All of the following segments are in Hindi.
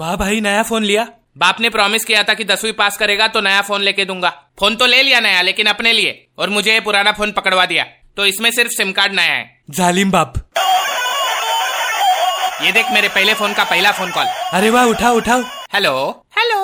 वाह भाई नया फोन लिया बाप ने प्रॉमिस किया था कि दसवीं पास करेगा तो नया फोन लेके दूंगा फोन तो ले लिया नया लेकिन अपने लिए और मुझे ये पुराना फोन पकड़वा दिया तो इसमें सिर्फ सिम कार्ड नया है जालिम बाप ये देख मेरे पहले फोन का पहला फोन कॉल अरे वाह उठाओ उठाओ हेलो हेलो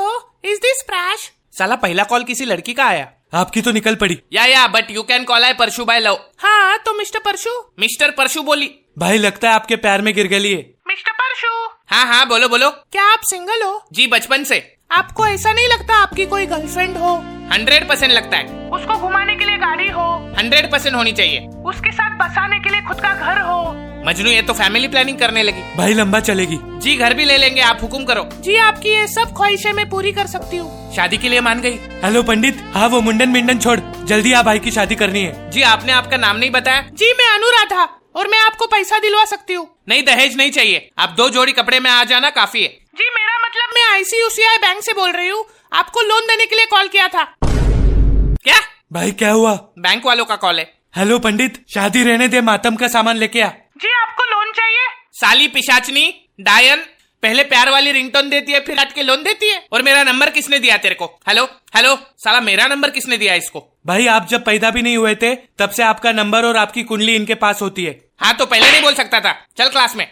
इज दिस प्राश साला पहला कॉल किसी लड़की का आया आपकी तो निकल पड़ी या या but you can call I Parshu by love हाँ तो मिस्टर परशु मिस्टर परशु बोली भाई लगता है आपके पैर में गिर गली है मिस्टर परशु हाँ हाँ बोलो बोलो क्या आप सिंगल हो जी बचपन से आपको ऐसा नहीं लगता आपकी कोई गर्लफ्रेंड हो हंड्रेड परसेंट लगता है उसको घुमाने के लिए गाड़ी हो हंड्रेड परसेंट होनी चाहिए उसके साथ बसाने के लिए खुद का घर हो मजनू ये तो फैमिली प्लानिंग करने लगी भाई लंबा चलेगी जी घर भी ले लेंगे आप हुक्म करो जी आपकी ये सब ख्वाहिशें मैं पूरी कर सकती हूँ शादी के लिए मान गई हेलो पंडित हाँ वो मुंडन मिंडन छोड़ जल्दी आप भाई की शादी करनी है जी आपने आपका नाम नहीं बताया जी मैं अनुराधा और मैं आपको पैसा दिलवा सकती हूँ नहीं दहेज नहीं चाहिए आप दो जोड़ी कपड़े में आ जाना काफी है जी मेरा मतलब मैं आईसीयूसीआई बैंक से बोल रही हूँ आपको लोन देने के लिए कॉल किया था क्या भाई क्या हुआ बैंक वालों का कॉल है हेलो पंडित शादी रहने दे मातम का सामान लेके आ जी आपको लोन चाहिए साली पिशाचनी डायन पहले प्यार वाली रिंगटोन देती है फिर अटके लोन देती है और मेरा नंबर किसने दिया तेरे को हेलो हेलो साला मेरा नंबर किसने दिया इसको भाई आप जब पैदा भी नहीं हुए थे तब से आपका नंबर और आपकी कुंडली इनके पास होती है हाँ तो पहले नहीं बोल सकता था चल क्लास में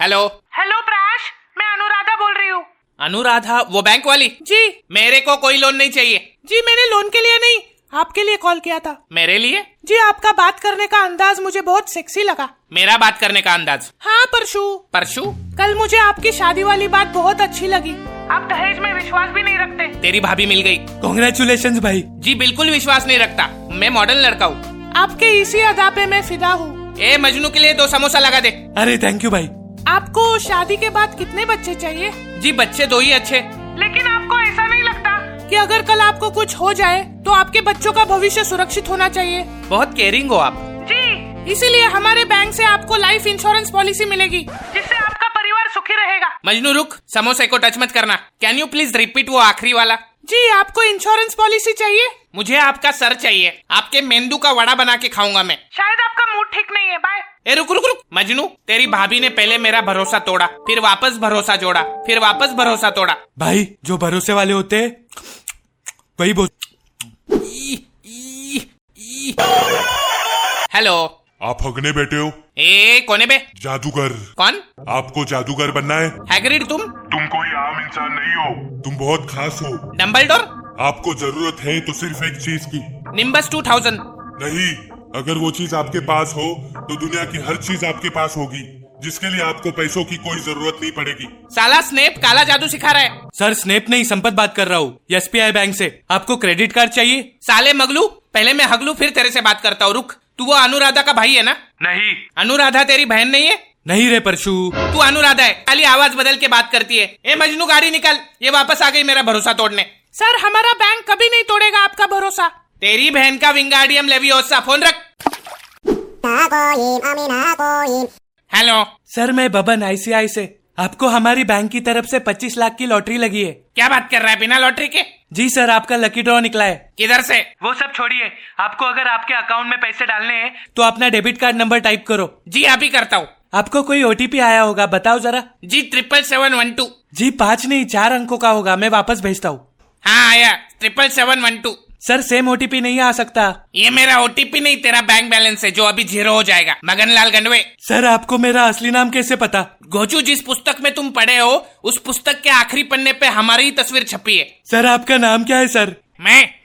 हेलो हेलो प्राश मैं अनुराधा बोल रही हूँ अनुराधा वो बैंक वाली जी मेरे को कोई लोन नहीं चाहिए जी मैंने लोन के लिए नहीं आपके लिए कॉल किया था मेरे लिए जी आपका बात करने का अंदाज मुझे बहुत सेक्सी लगा मेरा बात करने का अंदाज हाँ परशु परशु कल मुझे आपकी शादी वाली बात बहुत अच्छी लगी आप दहेज में विश्वास भी नहीं रखते तेरी भाभी मिल गई कॉन्ग्रेचुलेशन भाई जी बिल्कुल विश्वास नहीं रखता मैं मॉडर्न लड़का हूँ आपके इसी अदा पे मैं फिदा हूँ ए मजनू के लिए दो समोसा लगा दे अरे थैंक यू भाई आपको शादी के बाद कितने बच्चे चाहिए जी बच्चे दो ही अच्छे लेकिन आपको ऐसा नहीं लगता कि अगर कल आपको कुछ हो जाए तो आपके बच्चों का भविष्य सुरक्षित होना चाहिए बहुत केयरिंग हो आप जी इसीलिए हमारे बैंक से आपको लाइफ इंश्योरेंस पॉलिसी मिलेगी जिससे आपका परिवार सुखी रहेगा मजनू रुक समोसे को टच मत करना कैन यू प्लीज रिपीट वो आखिरी वाला जी आपको इंश्योरेंस पॉलिसी चाहिए मुझे आपका सर चाहिए आपके मेंदू का वड़ा बना के खाऊंगा मैं शायद आपका मूड ठीक नहीं है बाय ए रुक रुक रुक मजनू तेरी भाभी ने पहले मेरा भरोसा तोड़ा फिर वापस भरोसा जोड़ा फिर वापस भरोसा तोड़ा भाई जो भरोसे वाले होते हैं वही बोल ई, ई, ई। हेलो आप हगने बैठे हो ए कोने बे जादूगर कौन आपको जादूगर बनना है हैग्रिड तुम तुम कोई आम इंसान नहीं हो तुम बहुत खास हो डम्बलडोर आपको जरूरत है तो सिर्फ एक चीज की निम्बस टू थाउजेंड नहीं अगर वो चीज आपके पास हो तो दुनिया की हर चीज आपके पास होगी जिसके लिए आपको पैसों की कोई जरूरत नहीं पड़ेगी साला स्नेप काला जादू सिखा रहा है सर स्नेप नहीं संपत बात कर रहा हूँ एस बैंक से आपको क्रेडिट कार्ड चाहिए साले मगलू पहले मैं हगलू फिर तेरे से बात करता हूँ रुक तू वो अनुराधा का भाई है ना नहीं अनुराधा तेरी बहन नहीं है नहीं रे परशु तू अनुराधा है खाली आवाज बदल के बात करती है ए मजनू गाड़ी निकाल ये वापस आ गई मेरा भरोसा तोड़ने सर हमारा बैंक कभी नहीं तोड़ेगा आपका भरोसा तेरी बहन का विंगार्डियम लेवियोसा फोन रख हेलो सर मैं बबन आईसीआई से आपको हमारी बैंक की तरफ से 25 लाख की लॉटरी लगी है क्या बात कर रहा है बिना लॉटरी के जी सर आपका लकी ड्रॉ निकला है किधर से वो सब छोड़िए आपको अगर आपके अकाउंट में पैसे डालने हैं तो अपना डेबिट कार्ड नंबर टाइप करो जी हाँ, अभी करता हूँ आपको कोई ओटीपी आया होगा बताओ जरा जी ट्रिपल सेवन वन टू जी पाँच नहीं चार अंकों का होगा मैं वापस भेजता हूँ हाँ आया triple seven one two sir same OTP नहीं आ सकता ये मेरा ओटीपी नहीं तेरा बैंक बैलेंस है जो अभी जीरो हो जाएगा मगनलाल गंडवे सर आपको मेरा असली नाम कैसे पता गोचू जिस पुस्तक में तुम पढ़े हो उस पुस्तक के आखिरी पन्ने पे हमारी ही तस्वीर छपी है सर आपका नाम क्या है सर मैं